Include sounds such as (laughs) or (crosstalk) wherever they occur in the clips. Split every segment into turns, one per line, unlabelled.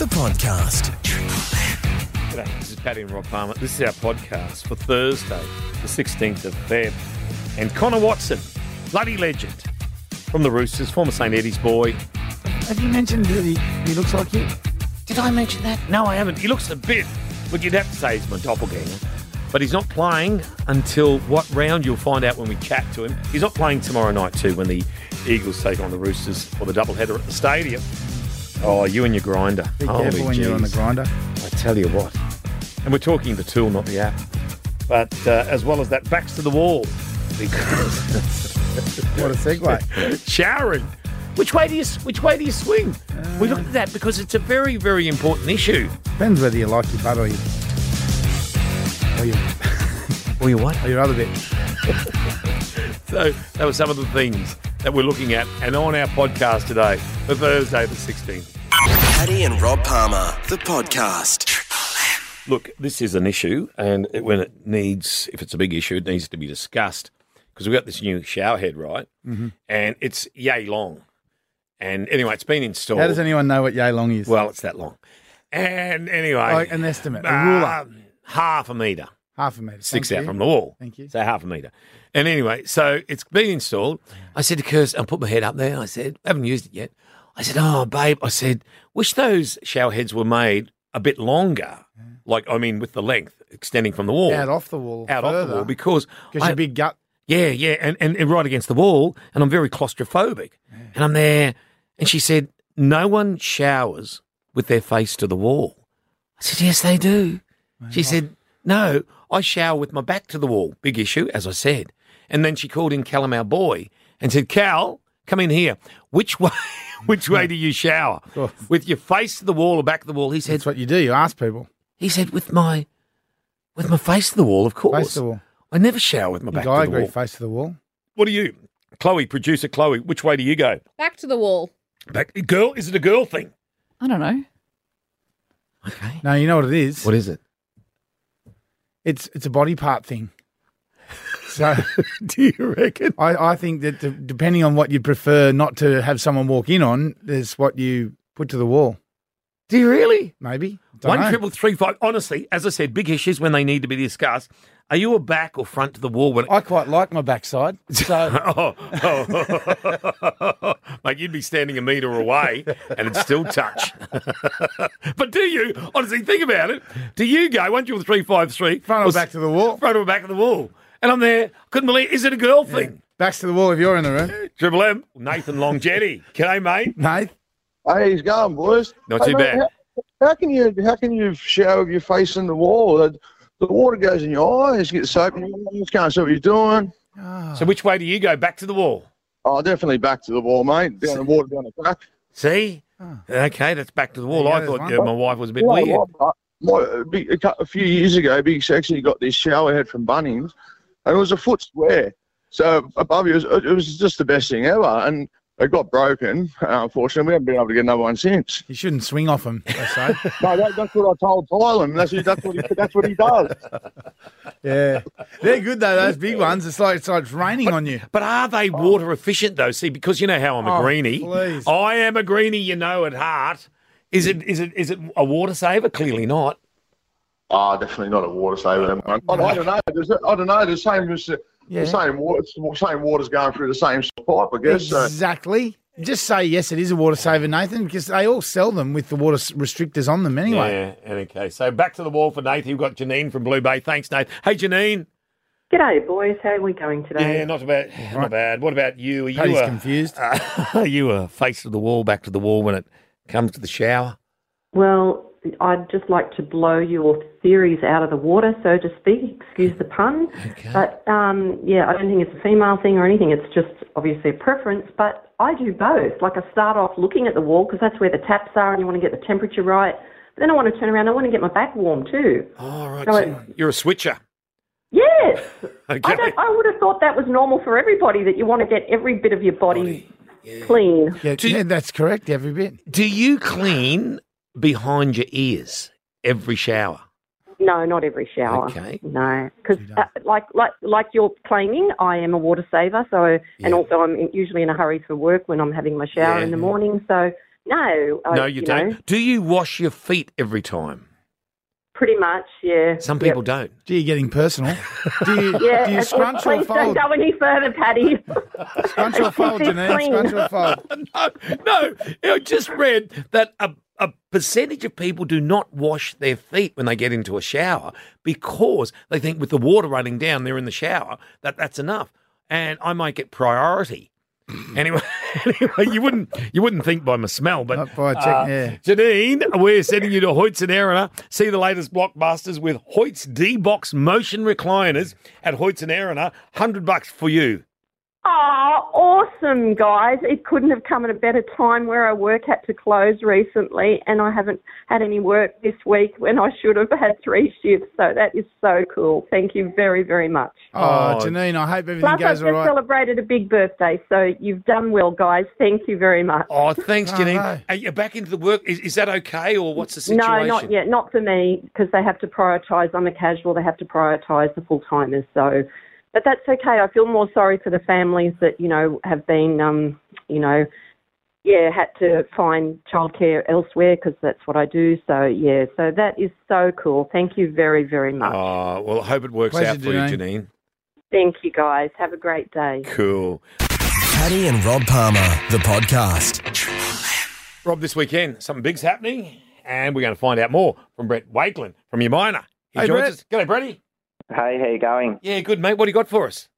podcast.
G'day, this is Patty and Rob Palmer. This is our podcast for Thursday, the 16th of Feb. And Connor Watson, bloody legend from the Roosters, former St. Eddie's boy.
Have you mentioned that he, he looks like you?
Did I mention that? No, I haven't. He looks a bit, but you'd have to say he's my doppelganger. But he's not playing until what round? You'll find out when we chat to him. He's not playing tomorrow night, too, when the Eagles take on the Roosters for the doubleheader at the stadium. Oh, you and your grinder.
Be
Holy
careful when you're on the
jeez.
grinder.
I tell you what. And we're talking the tool, not the app. But uh, as well as that, backs to the (laughs) wall. Because
What a segue.
Sharon, which way do you which way do you swing? we looked at that because it's a very very important issue.
Depends whether you like your butt or your, or your,
Well, you what?
or your other bit.
So that was some of the things that we're looking at, and on our podcast today for Thursday the sixteenth.
Paddy and Rob Palmer, the podcast.
Look, this is an issue, and it, when it needs, if it's a big issue, it needs to be discussed because we've got this new shower head, right? Mm-hmm. And it's yay long. And anyway, it's been installed.
How does anyone know what yay long is?
Oh. Well, it's that long. And anyway,
like an estimate, a ruler,
um, half a meter,
half a meter.
sticks
Thank
out
you.
from the wall.
Thank you.
So half a meter. And anyway, so it's been installed. I said to Kirsten, I put my head up there. and I said, I haven't used it yet. I said, oh, babe, I said, wish those shower heads were made a bit longer. Like, I mean, with the length extending from the wall.
out off the wall.
out off the wall because
because
I-
your big gut.
yeah, yeah, and, and, and right against the wall, and I'm very claustrophobic. And I'm there, and she said, No one showers with their face to the wall. I said, Yes, they do. She said, No, I shower with my back to the wall. Big issue, as I said. And then she called in Callum, our boy, and said, Cal, come in here. Which way (laughs) which way do you
(laughs)
shower?
course.
With your face to the wall or back to the wall? He said
That's what you do. You ask people.
he said, With my with my face to the wall, of course.
Face to the wall.
I never shower with my back
Think I
to the
agree.
wall.
Face to the wall.
What are you? Chloe, producer Chloe, which way do you go?
Back to the wall.
Back, girl, is it a girl thing?
I don't know.
Okay.
No, you know what it is.
What is it?
It's it's a body part thing. So
(laughs)
(laughs)
do you reckon?
I, I think that de- depending on what you prefer not to have someone walk in on, is what you put to the wall.
Do you really?
Maybe Don't
One
know.
triple three five. Honestly, as I said, big issues when they need to be discussed. Are you a back or front to the wall when?
I quite like
(laughs)
my backside. So
Oh, oh. (laughs) mate, you'd be standing a metre away and it'd still touch. (laughs) but do you honestly think about it? Do you go one triple three five three
front or back to the wall.
front or back of the wall? And I'm there. Couldn't believe. Is it a girl thing?
Backs to the wall if you're in the (laughs) room.
Triple M, Nathan Long (laughs) Jetty. G'day, mate.
Nath,
Hey, he's gone, boys.
Not
Hey,
too
mate,
bad.
How, how can you how can you shower with your face in the wall? The, the water goes in your eyes, gets soap in your eyes, can't see what you're doing.
Ah.
So which way do you go? Back to the wall.
Oh, definitely back to the wall, mate. Down the water, down the back.
See? Okay, that's back to the wall.
Ah. There you
I
go,
thought
there's
yeah, my wife was a bit
Well,
weird.
well, my- a big- a cou- a few years ago, Big Sexy got this shower head from Bunnings, and it was a foot square. So above you, it was, it was just the best thing ever. And it got broken, uh, unfortunately. We haven't been able to get another one since.
you shouldn't swing off him. I say.
No, that, that's what I told Tylan. That's, what- that's, what he, that's what he does.
(laughs) yeah, they're good though. Those big ones. It's like it's like it's raining on you.
But are they water efficient though? See, because you know how I'm a
Oh,
greenie.
please.
I am a greenie, you know, at heart. Is it is it is it a water saver? Clearly not.
Ah, definitely not a water saver. I, I don't know. There's, I don't know. The same as the,
Yeah.
the same water. it's the Same water's going through the same pipe, I guess. So,
Exactly. Just say yes. It is a water saver, Nathan, because they all sell them with the water s- restrictors on them anyway.
Yeah, and okay. So back to the wall for Nate. You've got Janine from Blue Bay. Thanks, Nate. Hey Janine.
G'day, boys. How are we going today?
Yeah, not bad. Not bad. What about you? Are you uh,
Paddy's
a,
confused.
(laughs) are you a face to the wall, back to the wall when it comes to the shower?
Well, I'd just like to blow your theories out of the water, so to speak. Excuse the pun. But um, yeah, I don't think it's a female thing or anything. It's just obviously a preference. But I do both. Like I start off looking at the wall because that's where the taps are, and you want to get the temperature right. But then I want to turn around. I want to get my back warm too.
All right.
No,
so you're a switcher.
Yes.
Okay.
I don't. I would have thought that was normal for everybody. That you want to get every bit of your body. clean.
Yeah,
Do you-
yeah, that's correct. Every bit.
Do you clean behind your ears every shower?
No, not every shower.
Okay.
No, because
You don't.
uh, like like like you're claiming, I am a water saver. So
Yeah.
and also I'm in- usually in a hurry for work when I'm having my shower
Yeah.
in the morning. So No. I-
no, you, don't.
know,
Do you wash your feet every time?
pretty much, yeah.
Some
Yep.
people don't. (laughs)
Gee, you're getting personal. Do you,
(laughs) Yeah,
do you
and-
scrunch or
please don't
fold?
go any further, Patty.
Scrunch or
(laughs)
fold,
It's
Janine?
clean.
Scrunch or
(laughs)
fold?
no, no. I just read that a, a percentage of people do not wash their feet when they get into a shower because they think with the water running down, they're in the shower, that that's enough. And I might get priority.
(laughs)
Anyway, (laughs) anyway, you wouldn't you wouldn't think by my smell, but uh,
Not by a check, yeah.
Janine, we're sending you to Hoyts and Erina. See the latest blockbusters with Hoyts D Box motion recliners at Hoyts and Erina. Hundred bucks for you.
Oh, awesome, guys. It couldn't have come at a better time where I work had to close recently and I haven't had any work this week when I should have had three shifts. So that is so cool. Thank you very, very much.
Oh,
Oh.
Janine, I hope everything
Plus, I've
goes
just
all right.
celebrated a big birthday, so you've done well, guys. Thank you very much.
Oh, thanks,
Oh,
Janine.
no.
Are you back into the work? Is, is that okay, or what's the situation?
No, not yet. Not for me, because they have to prioritise. I'm a casual. They have to prioritise the full timers. So, but that's okay. I feel more sorry for the families that you know have been, um, you know, yeah, had to find childcare elsewhere because that's what I do. So yeah, so that is so cool. Thank you very, very much.
Oh, well, I hope it works
Pleasure,
out for you, Janine.
Thank you, guys. Have a great day.
Cool.
Paddy and Rob Palmer, the podcast.
Rob, this weekend, something big's happening, and we're going to find out more from Brett Wakeland from your minor. He
Hey,
joins
Brett.
us. G'day, Bretty.
Hey, how you going?
Yeah, good, mate. What do you got for us?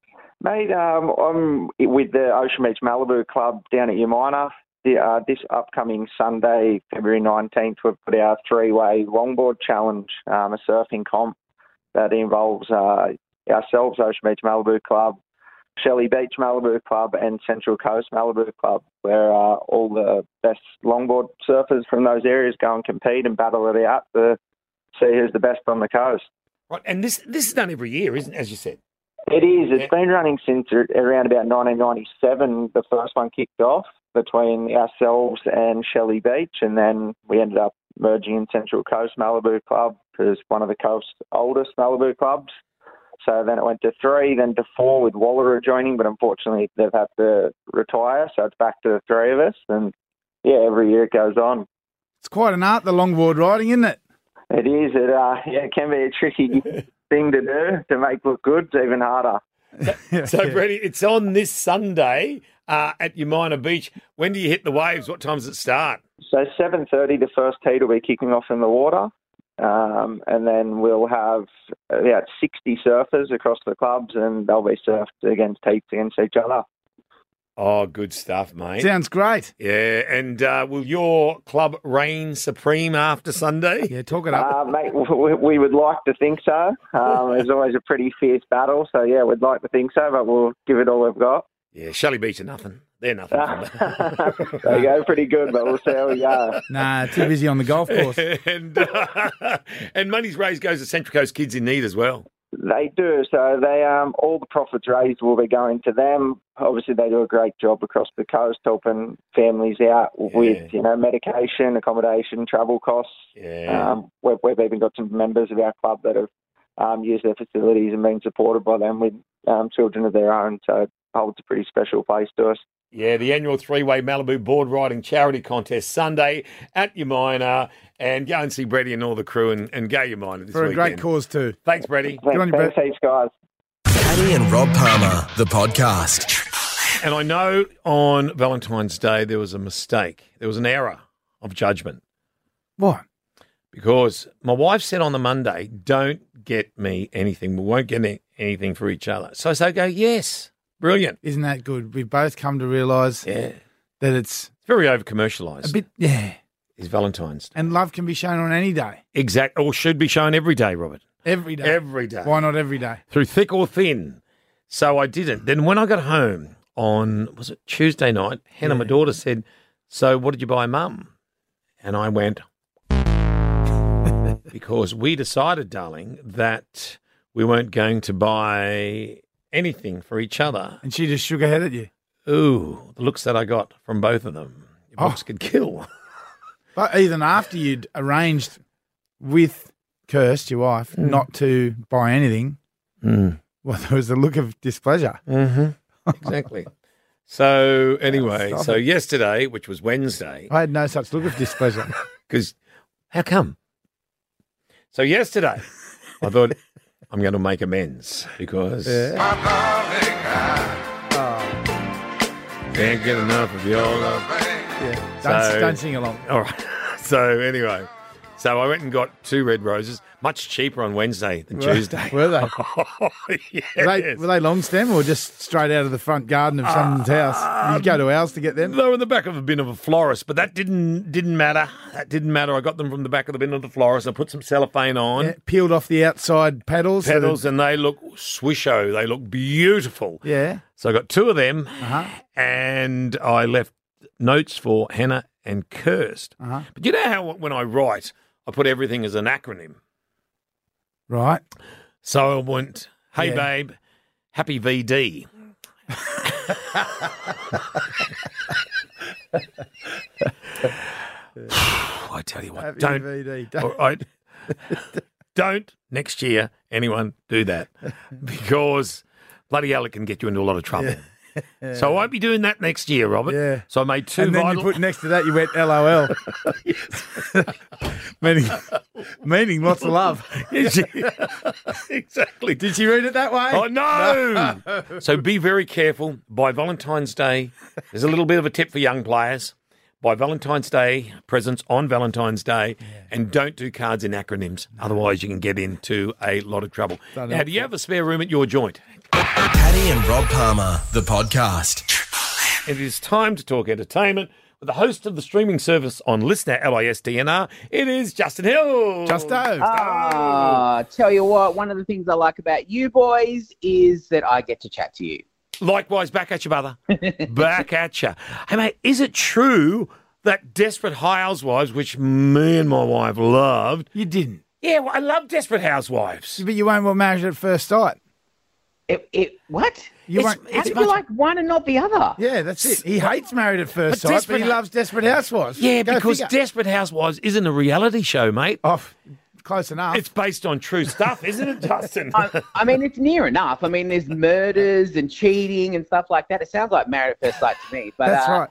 Mate, um, I'm with the Ocean Beach Malibu Club down at Yamina. The, uh, this upcoming Sunday, February 19th, we've got our three-way longboard challenge, um, a surfing comp that involves uh, ourselves, Ocean Beach Malibu Club, Shelley Beach Malibu Club and Central Coast Malibu Club, where uh, all the best longboard surfers from those areas go and compete and battle it out to see who's the best on the coast.
Right, and this this is done every year, isn't it, as you said?
It is.
Yeah.
It's been running since ar- around about 1997. The first one kicked off between ourselves and Shelley Beach, and then we ended up merging in Central Coast Malibu Club, who's one of the coast's oldest Malibu clubs. So then it went to three, then to four with Wallaroo joining, but unfortunately they've had to retire, so it's back to the three of us. And yeah, every year it goes on.
It's quite an art, the longboard riding, isn't it?
It is. It uh, (laughs) yeah, it can be a tricky thing to do to make look good. It's even harder.
So,
(laughs) Yeah.
Bretty, it's on this Sunday uh, at your minor beach. When do you hit the waves? What time does it start?
So seven thirty, the first heat will be kicking off in the water, um, and then we'll have about sixty surfers across the clubs, and they'll be surfed against heats against each other.
Oh, good stuff, mate.
Sounds great.
Yeah, and uh, will your club reign supreme after Sunday?
Yeah, talk it up.
Uh, mate, we, we would like to think so. Um, it's always a pretty fierce battle, so yeah, we'd like to think so, but we'll give it all we've got. (laughs)
Yeah, Shelley Beach are nothing. They're nothing.
there you go, pretty good, but we'll see how we go.
nah, too busy on the golf course.
(laughs) and uh, (laughs) and money's raised goes to Central Coast Kids in Need as well.
They do. So they um, all the profits raised will be going to them. Obviously, they do a great job across the coast helping families out
Yeah.
with you know medication, accommodation, travel costs.
Yeah.
Um, we've, we've even got some members of our club that have um, used their facilities and been supported by them with um, children of their own. So it holds a pretty special place to us.
Yeah, the annual three-way Malibu board riding charity contest Sunday at Yamina, and go and see Brady and all the crew and, and go Yamina this
For a
weekend.
great cause, too.
Thanks, Brady.
Thanks,
on you,
thanks heaps, guys.
Paddy and Rob Palmer, the podcast.
And I know on Valentine's Day there was a mistake. There was an error of judgment.
What?
because my wife said on the Monday, "Don't get me anything. We won't get any- anything for each other." So I say, "Go yes, brilliant,
Isn't that good? We've both come to realise
yeah."
that it's
It's very over
a
commercialised.
bit, yeah.
is Valentine's
And love can be shown on any day,
exact or should be shown every day, Robert,
every day.
every day,
Why not every day?
through thick or thin. So I didn't. Then when I got home on was it Tuesday night, Hannah, my daughter, said, "So what did you buy, Mum?" And I
(laughs)
went. because we decided, darling, that we weren't going to buy anything for each other.
And she just shook her head at you.
Ooh, the looks that I got from both of them. Your
Oh.
books could kill.
But even after you'd arranged with Kirst, your wife, not to buy (laughs) anything, well, there was a look of displeasure.
Mm-hmm. (laughs) Exactly.
(laughs)
So anyway,
Stop
so
it.
yesterday, which was Wednesday,
I had no such look of
(laughs)
displeasure.
because how come? So yesterday,
(laughs)
I thought I'm going to make amends because
Yeah.
can't get enough of your love. (laughs)
yeah. Don't,
So-
don't sing along.
All right. So anyway, so I went and got two red roses, much cheaper on Wednesday than Tuesday. Oh,
Were
(laughs)
they?
yes.
Were they, were they long stem or just straight out of the front garden of someone's house? You go to ours to get them.
They were in the back of a bin of a florist, but that didn't didn't matter. That didn't matter. I got them from the back of the bin of the florist. I put some cellophane on.
Yeah, peeled off the outside petals. so that-
Petals and they look swisho. They look beautiful.
yeah.
So I got two of them,
Uh-huh.
and I left notes for Hannah and Kirst.
Uh-huh.
But you know how when I write, I put everything as an acronym.
Right.
So I went, "Hey
Yeah.
babe, happy
(laughs)
VD." (sighs) I tell you what,
Happy
don't
VD.
all
Don't-
right. Don't next year anyone do
(laughs)
that because bloody hell, it can get you into a lot of trouble. So I won't be doing that next year, Robert.
Yeah.
So I made two
And then you
vital.
put next to that, you went LOL.
(laughs)
meaning, meaning lots of love.
(laughs)
(laughs)
exactly.
Did you read it that way?
Oh no! so be very careful. By Valentine's Day, there's a little bit of a tip for young players. By Valentine's Day, presents on Valentine's Day, and don't do cards in acronyms. Otherwise, you can get into a lot of trouble.
Don't
now,
help
do you have a spare room at your joint?
Paddy and Rob Palmer, the podcast.
It is time to talk entertainment with the host of the streaming service on Listener LISDNR. It is Justin Hill.
Justo.
Ah, tell you what, one of the things I like about you boys is that I get to chat to you.
Likewise, back at you, brother. back at you. Hey, mate, is it true that Desperate Housewives, which me and my wife loved,
You didn't.
yeah, well, I love Desperate Housewives.
But you won't want married at first sight.
It, it what?
You
It's-
won't.
How
it's
do you
much-
like one and not the other?
yeah, that's it. He hates married at first
But
sight, but he
Desperate-
loves Desperate Housewives.
Yeah,
Go
because
figure.
Desperate Housewives isn't a reality show, mate.
oh, close enough.
It's based on true stuff, isn't it, Justin? (laughs)
I, I mean, it's near enough. I mean, there's murders and cheating and stuff like that. It sounds like Married at First Sight to me. But
that's
uh,
right.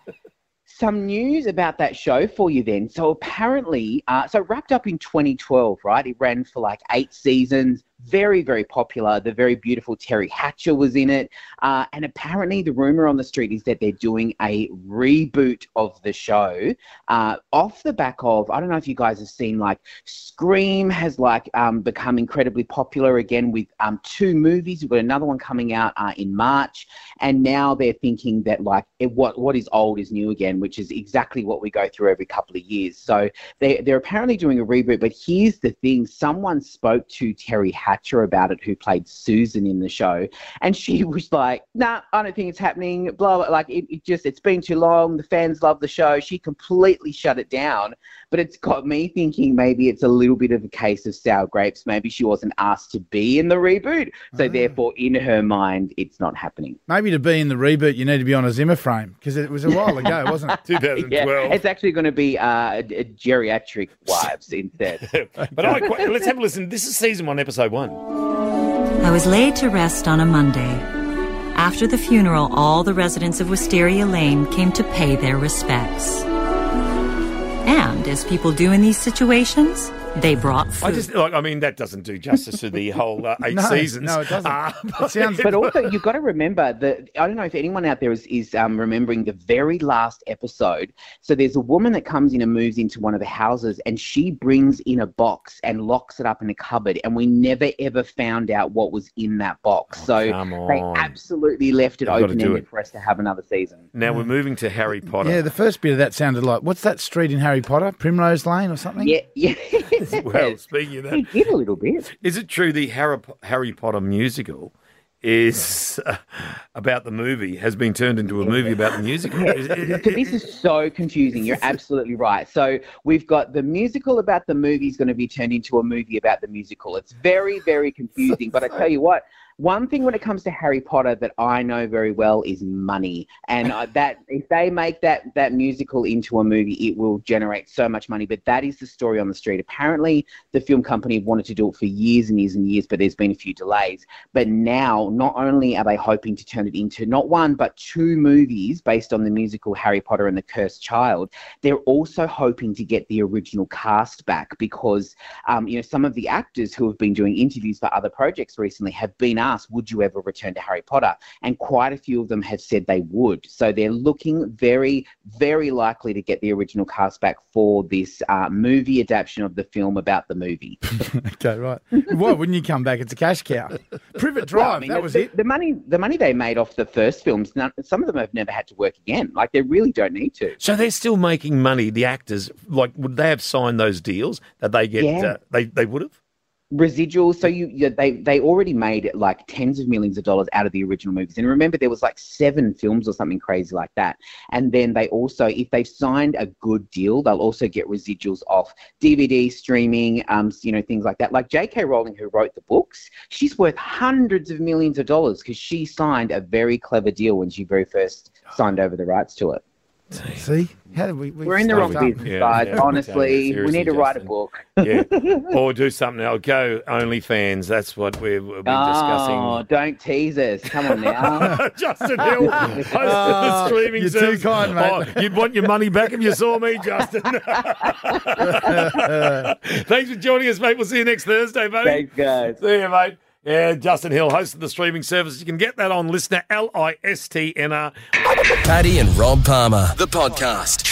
some news about that show for you then. So apparently, uh, so wrapped up in 2012, right? It ran for like eight seasons. Very, very popular. The very beautiful Terry Hatcher was in it. Uh, and apparently, the rumor on the street is that they're doing a reboot of the show uh, off the back of. I don't know if you guys have seen like Scream has like um, become incredibly popular again with um, two movies. We've got another one coming out uh, in March and now they're thinking that like it, what what is old is new again, which is exactly what we go through every couple of years. So they they're apparently doing a reboot, but here's the thing: someone spoke to Terry Hatcher about it, who played Susan in the show, and she (laughs) was like, "Nah, I don't think it's happening." Blah, blah like it, it just it's been too long. The fans love the show. She completely shut it down, but it's got me thinking maybe it's a little bit of a case of sour grapes. Maybe she wasn't asked to be in the reboot, so
Ah.
therefore, in her mind, it's not happening.
Maybe to be in the reboot, you need to be on a Zimmer frame because it was a while
(laughs)
ago, wasn't it?
2012.
(laughs) Yeah, it's actually going to be uh, d- d- geriatric wives
(laughs)
instead.
but I, quite- let's have a listen. This is season one, episode one.
I was laid to rest on a Monday. After the funeral, all the residents of Wisteria Lane came to pay their respects. And as people do in these situations, they brought food.
I just, like, I mean, that doesn't do justice to
(laughs)
the whole uh, eight
No,
seasons.
no, it doesn't.
Ah,
It sounds
but also, you've got to remember that I don't know if anyone out there is, is um, remembering the very last episode. So there's a woman that comes in and moves into one of the houses, and she brings in a box and locks it up in a cupboard, and we never ever found out what was in that box. so
Oh, come
they
on.
absolutely left it
They've got to do
open ended
it.
for us to have another season.
Now we're moving to Harry Potter.
(laughs) yeah, the first bit of that sounded like what's that street in Harry Potter? Primrose Lane or something?
Yeah, (laughs) yeah.
(laughs) well, speaking of that,
he did a little bit.
Is it true the Harry, Harry Potter musical is uh, about the movie has been turned into a movie about the musical? Is-
So this is so confusing. You're absolutely right. So we've got the musical about the movie is going to be turned into a movie about the musical. It's very, very confusing. But I tell you what, One thing when it comes to Harry Potter that I know very well is money, and uh, that if they make that that musical into a movie, it will generate so much money. But that is the story on the street. Apparently, the film company wanted to do it for years and years and years, but there's been a few delays. But now, not only are they hoping to turn it into not one but two movies based on the musical Harry Potter and the Cursed Child, they're also hoping to get the original cast back because um, you know some of the actors who have been doing interviews for other projects recently have been asked would you ever return to harry potter and quite a few of them have said they would so they're looking very very likely to get the original cast back for this uh, movie adaptation of the film about the movie
(laughs) Okay, right. Why wouldn't you come back? It's a cash
(laughs)
cow. Privet Drive.
Well, I mean,
that
the-
was
the,
it.
the money the money they made off the first films none, some of them have never had to work again like they really don't need to
So they're still making money. The actors, like, would they have signed those deals that they get?
Yeah.
Uh, they they would have.
residuals. So you, you they they already made like tens of millions of dollars out of the original movies. And remember, there was like seven films or something crazy like that. And then they also, if they've signed a good deal, they'll also get residuals off DVD streaming, um, you know, things like that. Like J.K. Rowling, who wrote the books, she's worth hundreds of millions of dollars because she signed a very clever deal when she very first signed over the rights to it.
See? How did we, we
We're in the wrong
stuffed up.
business,
Yeah,
guys.
yeah.
Honestly, we
Seriously,
need to write a
Justin.
book.
(laughs)
Yeah, or do something else. Go OnlyFans. That's what we've, we've been
Oh, don't tease us. Come
(laughs)
on now.
discussing. Justin
(laughs)
Hill, host
Oh,
of the streaming
you're too
service.
kind, mate.
Oh, you'd want your money back if you saw me, Justin.
(laughs)
Thanks for joining us, mate. We'll see you next Thursday, buddy.
Thanks, guys.
See you, mate. Yeah, Justin Hill, host of the streaming service. You can get that on listener, L I S T N R.
Paddy and Rob Palmer, the podcast.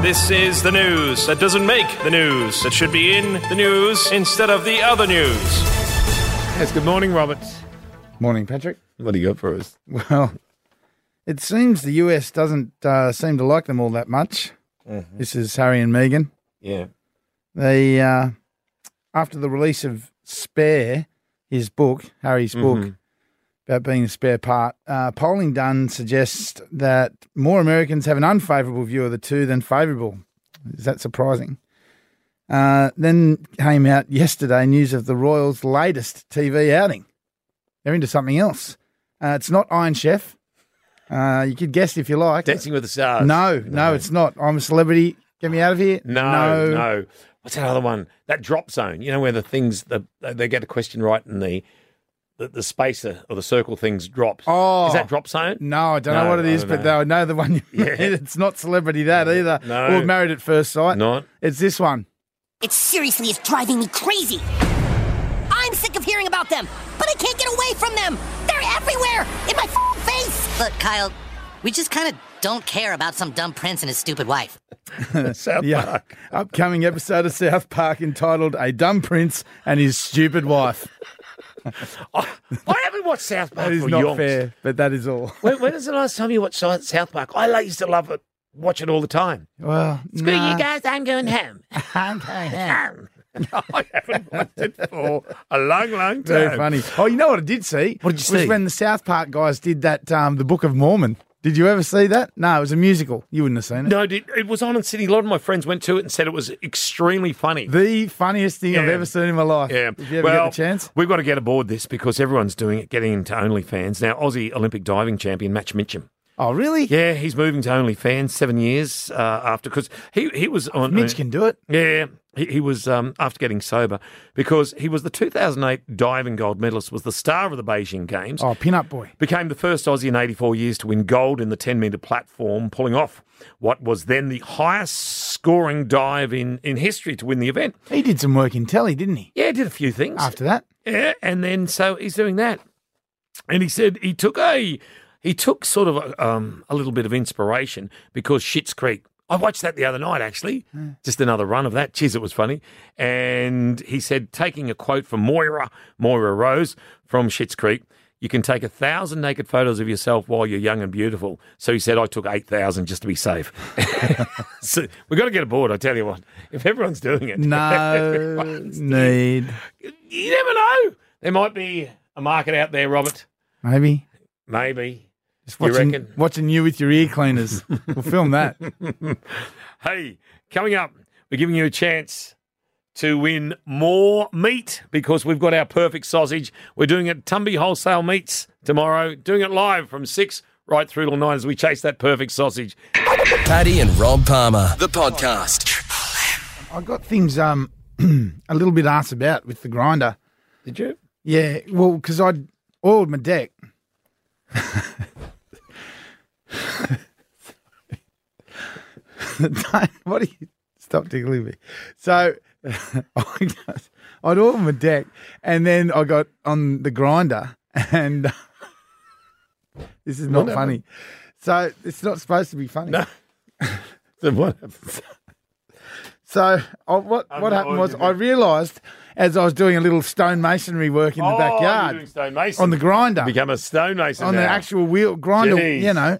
This is the news that doesn't make the news. It should be in the news instead of the other news.
Yes, good morning, Robert.
Morning, Patrick.
What do you got for us?
(laughs) Well, it seems the US doesn't uh, seem to like them all that much. This is Harry and Megan.
Mm-hmm. Yeah.
They uh, after the release of Spare, his book, Harry's book
Mm-hmm.
about being a spare part, uh, polling done suggests that more Americans have an unfavourable view of the two than favourable. Is that surprising? Uh, then came out yesterday news of the Royals' latest TV outing. They're into something else. Uh, it's not Iron Chef. Uh, you could guess if you like.
Dancing with the Stars.
no, no, it's not. I'm a celebrity. Get me out of here.
No, no. What's that other one? That drop zone. You know where the things the, they get a question right and the the, the spacer or the circle things drops.
Oh.
is that drop zone?
No, I don't
No,
know what it
I
is,
don't
but
know.
I know the one you
Yeah.
made. (laughs) It's not celebrity that either.
No.
Or married at first sight.
Not.
It's this one.
It seriously is driving me crazy. I'm sick of hearing about them, but I can't get away from them. They're everywhere in my f- face. Look, Kyle, we just kind of don't care about some dumb prince and his stupid wife.
South
Yeah.
Park.
Upcoming episode of South Park entitled A Dumb Prince and His Stupid Wife.
I haven't watched South Park
That is
for
not
yonks.
fair, but that is all. (laughs)
When, when was the last time you watched Si- South Park? I like- used to love it, watch it all the time.
Well,
Screw
nah.
you guys, I'm going home. I'm going (laughs) home. I haven't watched it for a long, long time.
Very funny. Oh, you know what I did see?
What did you
was
see?
when the South Park guys did that, um, the Book of Mormon. Did you ever see that? No, it was a musical. You wouldn't have seen it.
No, dude, it was on in Sydney. A lot of my friends went to it and said it was extremely funny.
The funniest thing I've
Yeah.
ever seen in my life.
Yeah.
If you ever
well,
get the chance.
We've got to get aboard this because everyone's doing it, getting into OnlyFans. Now, Aussie Olympic diving champion Match Mitchum.
Oh, really?
Yeah, he's moving to OnlyFans seven years uh, after because he, he was on. uh,
Mitch can do it.
Yeah, he, he was um, after getting sober because he was the 2008 diving gold medalist, was the star of the Beijing Games.
Oh, pin-up boy.
Became the first Aussie in 84 years to win gold in the 10 metre platform, pulling off what was then the highest scoring dive in, in history to win the event.
He did some work in telly, didn't he?
Yeah, did a few things. (laughs)
After that,
Yeah, and then so he's doing that, and he said he took a he took sort of a, um, a little bit of inspiration because Shit's Creek. I watched that the other night, actually. Just another run of that. Cheers, it was funny. And he said, taking a quote from Moira, Moira Rose from Shit's Creek, you can take a thousand naked photos of yourself while you're young and beautiful. So he said, I took 8,000 just to be safe. (laughs) so we've got to get aboard, I tell you what. If everyone's doing it. (laughs)
no need.
You never know. There might be a market out there, Robert.
Maybe.
Maybe.
Just
You
watching,
reckon?
watching you with your ear cleaners. we'll film that.
Hey, coming up, we're giving you a chance to win more meat because we've got our perfect sausage. We're doing it at Tumby Wholesale Meats tomorrow, doing it live from 6 right through till 9 as we chase that perfect sausage.
Paddy and Rob Palmer, the podcast.
I got things um (clears throat) a little bit asked about with the grinder.
Did you?
Yeah, well, because I oiled my deck. (laughs) Don't- (laughs) what are you? Stop tickling me. So (laughs) I got- I'd oiled my deck, and then I got on the grinder, and (laughs) this is not funny. So it's not supposed to be funny.
Then what?
So I, what what
Oh, no
happened was
idea.
I realised as I was doing a little stonemasonry work
Oh,
in the backyard on the grinder
Become a stonemason
on the
now,
actual wheel grinder,
Jeez.
you know.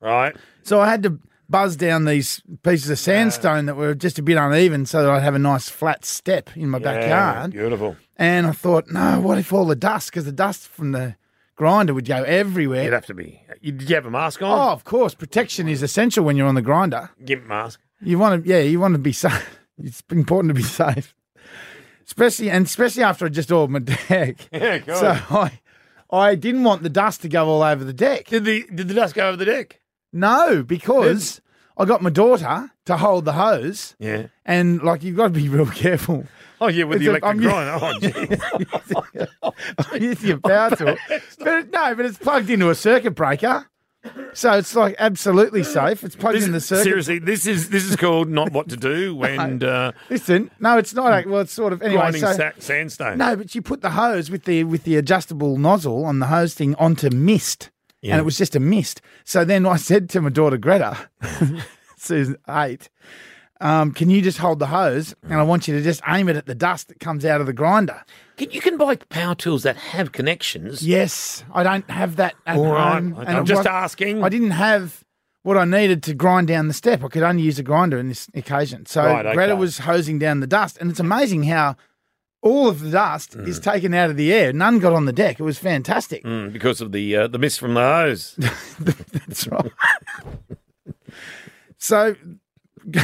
right?
So I had to buzz down these pieces of sandstone that were just a bit uneven, so that I'd have a nice flat step in my
Yeah,
backyard.
beautiful.
And I thought, no, what if all the dust? Because the dust from the grinder would go everywhere.
You'd have to be. You, did you have a mask
Oh,
on?
of course, protection is essential when you're on the grinder.
Gimp mask.
You want to, yeah, you want to be (laughs) safe. It's important to be safe, especially and especially after I just oiled my deck.
(laughs) Yeah, good.
So I, I didn't want the dust to go all over the deck.
Did the did the dust go over the deck?
No, because I got my daughter to hold the hose,
Yeah.
and like you've got to be (laughs) real careful.
Oh yeah, with the
It's a-
electric
I'm- (laughs)
grinder. Oh, gee. (laughs)
It's your
Oh,
power tool, but no, but it's plugged into a circuit breaker, so it's like absolutely safe. It's plugged
This-
in the circuit.
seriously, this is this is called not what to
(laughs)
do when uh,
Listen, no, it's not. like- Well, it's sort of anyway.
grinding
so,
sa- sandstone.
No, but you put the hose with the with the adjustable nozzle on the hose thing onto mist,
Yeah.
and it was just a mist. So then I said to my daughter Greta, Susan eight, um, "Can you just hold the hose? And I want you to just aim it at the dust that comes out of the grinder."
Can- you can buy power tools that have connections.
Yes, I don't have that. At
All right.
home,
I'm
and it
just
wa-
asking.
I didn't have. What I needed to grind down the step, I could only use a grinder in this occasion. So
Right,
Greta
okay.
was hosing down the dust, and it's amazing how all of the dust is taken out of the air. None got on the deck. It was fantastic.
Mm, because of the uh, the mist from the
(laughs)
hose.
That's right. so, (laughs)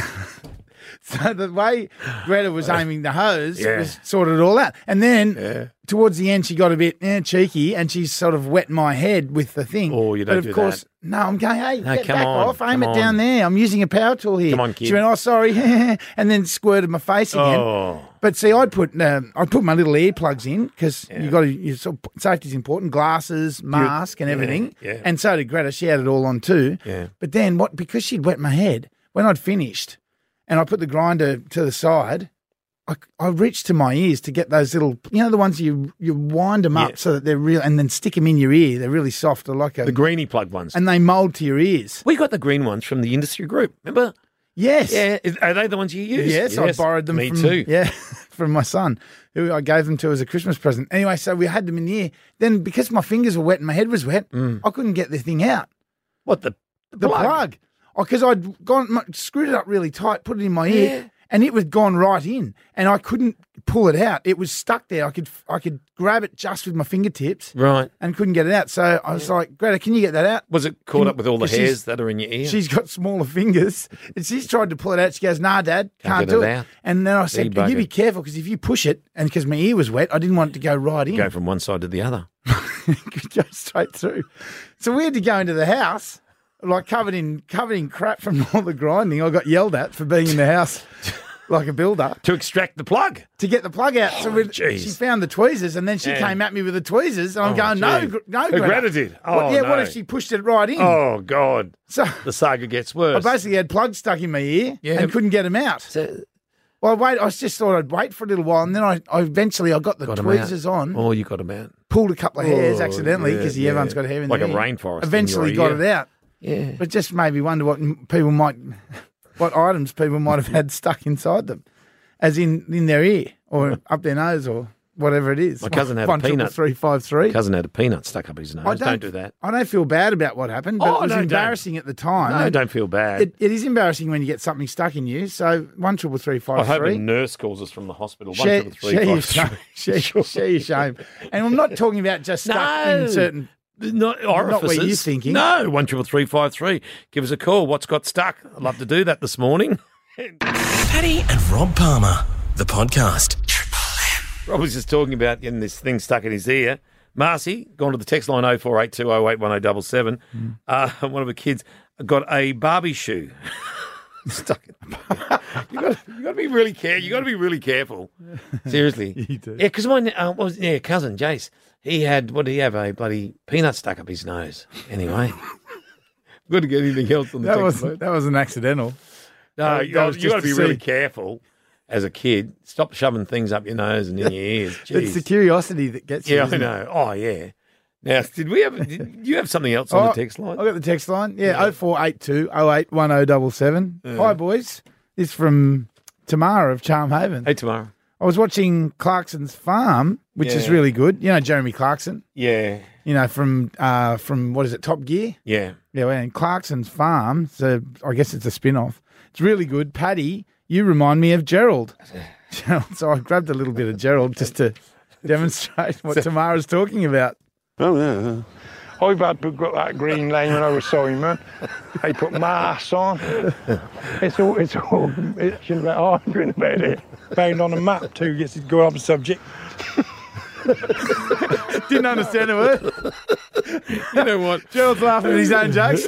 so the way Greta was aiming the hose
Uh, Yeah.
was sorted all out, and then towards the end she got a bit eh, cheeky and she sort of wet my head with the thing.
Oh, you don't
But of
do
course,
that.
no, I'm going. Hey,
No,
get
come
back
on,
off. Aim
come
it down
on.
there. I'm using a power tool here.
Come on,
She
kid.
went, oh, sorry, (laughs) and then squirted my face again.
Oh.
But see, I'd put um, I'd put my little earplugs in because you got to sort of, safety's important, glasses, mask, and everything.
yeah.
And so did Greta. She had it all on too.
Yeah.
But then what? Because she'd wet my head when I'd finished, and I put the grinder to the side. I, I reached to my ears to get those little, you know, the ones you you wind them up
Yeah.
so that they're real, and then stick them in your ear. They're really soft, they're like a,
The greeny plug ones.
and they mold to your ears.
we got the green ones from the industry group. Remember?
Yes,
Yeah. Is- Are they the ones you use?
Yes, I borrowed them
Me
from,
too.
Yeah, (laughs) from my son, who I gave them to as a Christmas present. Anyway, so we had them in the ear. Then because my fingers were wet and my head was wet,
Mm.
I couldn't get the thing out.
What the
The plug. Because I'd gone my, screwed it up really tight, put it in my ear, and it was gone right in, and I couldn't pull it out. It was stuck there. I could I could grab it just with my fingertips
Right.
and couldn't get it out. So I was like, Greta, can you get that out?
Was it caught up with all the
She's-
hairs that are in your ear?
She's got smaller fingers. And she's tried to pull it out. She goes, nah, Dad, can't,
Can't get
do
it
it.
out.
And then I said,
Debugger.
you be careful because if you push it, and because my ear was wet, I didn't want it to go right in.
go from one side to the other.
(laughs) it could go straight through. So we had to go into the house, like covered in covered in crap from (laughs) all the grinding. I got yelled at for being in
(laughs)
the house like a builder
To extract the plug.
to get the plug out. so
Oh,
we,
jeez.
she found the tweezers, and then she
Yeah.
came at me with the tweezers. And I'm
Oh,
going, no,
gee.
gr- no,
Oh,
Greta.
Greta did.
what,
Oh,
yeah, what
no.
if she pushed it right in?
Oh God.
So
The saga gets
I
worse.
basically had plugs stuck in my ear
Yeah.
and couldn't get them out.
So-
Well, wait, I just thought I'd wait for a little while, and then I, I eventually I got the
Got 'em out.
tweezers on,
Oh, you got them out.
pulled a couple of hairs
Oh,
accidentally
yeah,
because
yeah.
everyone's got hair in
Like
their
a
ear.
rainforest in
Eventually
your
got
ear.
it out,
Yeah.
but just made me wonder what m- people might, (laughs) what items people might have had stuck inside them, as in in their ear
(laughs)
or up their nose or whatever it is.
My cousin had a
One triple
peanut.
three five three.
Cousin had a peanut stuck up his nose.
I
don't, do that.
I don't feel bad about what happened, but
Oh,
it was
no, don't.
embarrassing at the time.
No,
And
don't feel bad.
It, it is embarrassing when you get something stuck in you. So one triple three
I
five
hope a
three.
nurse calls us from the hospital. One,
Share,
two, three,
share, your
five,
shame, share,
(laughs)
share your shame. And I'm not talking about just stuck
No.
in certain.
Not
what
orifices.
you're thinking.
No, one triple three five three. Give us a call. What's got stuck? I'd love to do that this morning.
Paddy and Rob Palmer, the the podcast.
Rob was just talking about getting this thing stuck in his ear. Marcy, gone to the text line 0482 081077. Uh, (laughs) one of her kids got a Barbie shoe (laughs) stuck in (laughs) you got you got to be really care. You got to be really
(laughs)
careful. Seriously.
You do.
Yeah, because my uh, was yeah cousin Jace. He had what did he have a bloody peanut stuck up his nose. Anyway, (laughs) good to get anything else on the
That
text
was
line.
that was an accidental.
No,
that
you
was
got
just
to be
to
really
see.
careful as a kid. Stop shoving things up your nose and in your
(laughs)
ears.
It's
Jeez.
the curiosity that gets you.
yeah, I
isn't it?
know. Oh yeah. Now, did we have? (laughs) Did you have something else on
Oh,
the text line?
I got the text line. Yeah, oh four eight two oh eight one oh double seven. Hi boys. This is from Tamara of Charm Haven.
Hey, tomorrow.
I was watching Clarkson's Farm, which is
Yeah.
really good. You know Jeremy Clarkson.
Yeah,
You know from uh, from what is it Top Gear?
yeah.
Yeah, and Clarkson's Farm. So I guess it's a spin off. It's really good. Paddy, you remind me
(laughs)
of Gerald. (laughs) Gerald. So I grabbed a little bit of Gerald just to demonstrate what Tamara's talking about.
Oh, yeah. I've had to go that Green Lane when I was sewing, man. They put masks on. It's all, it's all, it's all about arguing about it. Found on a map too, gets to go off the subject.
Didn't understand a word.
You know what?
Gerald's laughing at his
(laughs)
own jokes.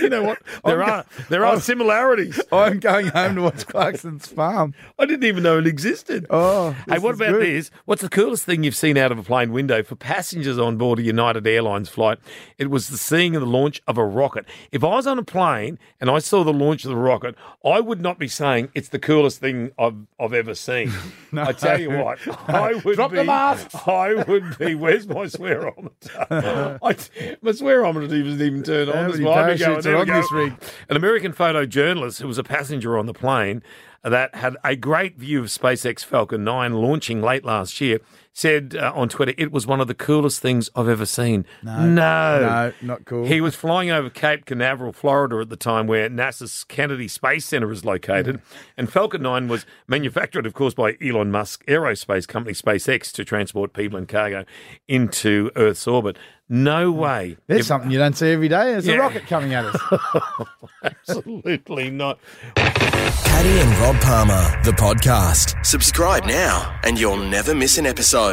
You know what? There
I'm-
are there are similarities.
I'm going home to watch Clarkson's Farm.
(laughs) I didn't even know it existed.
Oh,
Hey,
this
what
is
about
good.
this? What's the coolest thing you've seen out of a plane window for passengers on board a United Airlines flight? It was the seeing of the launch of a rocket. If I was on a plane and I saw the launch of the rocket, I would not be saying it's the coolest thing I've, I've ever
(laughs)
seen. I tell you what, I would
Drop
be.
the masks.
(laughs) I would be. Where's my
(laughs)
swearometer? (laughs) I, my swearometer doesn't even turn on.
How
That's
many
why I'd be going,
parachutes are
there we
on
go.
this rig?
An American photojournalist who was a passenger on the plane that had a great view of SpaceX Falcon 9 launching late last year said uh, on Twitter, it was one of the coolest things I've ever seen. No.
No, not cool.
He was flying over Cape Canaveral, Florida at the time where NASA's Kennedy Space Center is
Mm.
located. And Falcon 9 was manufactured, of course, by Elon Musk aerospace company SpaceX to transport people and cargo into Earth's orbit. No way.
Mm. There's
If-
something you don't see every day. There's
Yeah.
a rocket coming at us.
absolutely not.
Paddy and Rob Palmer, the podcast. Subscribe now and you'll never miss an episode.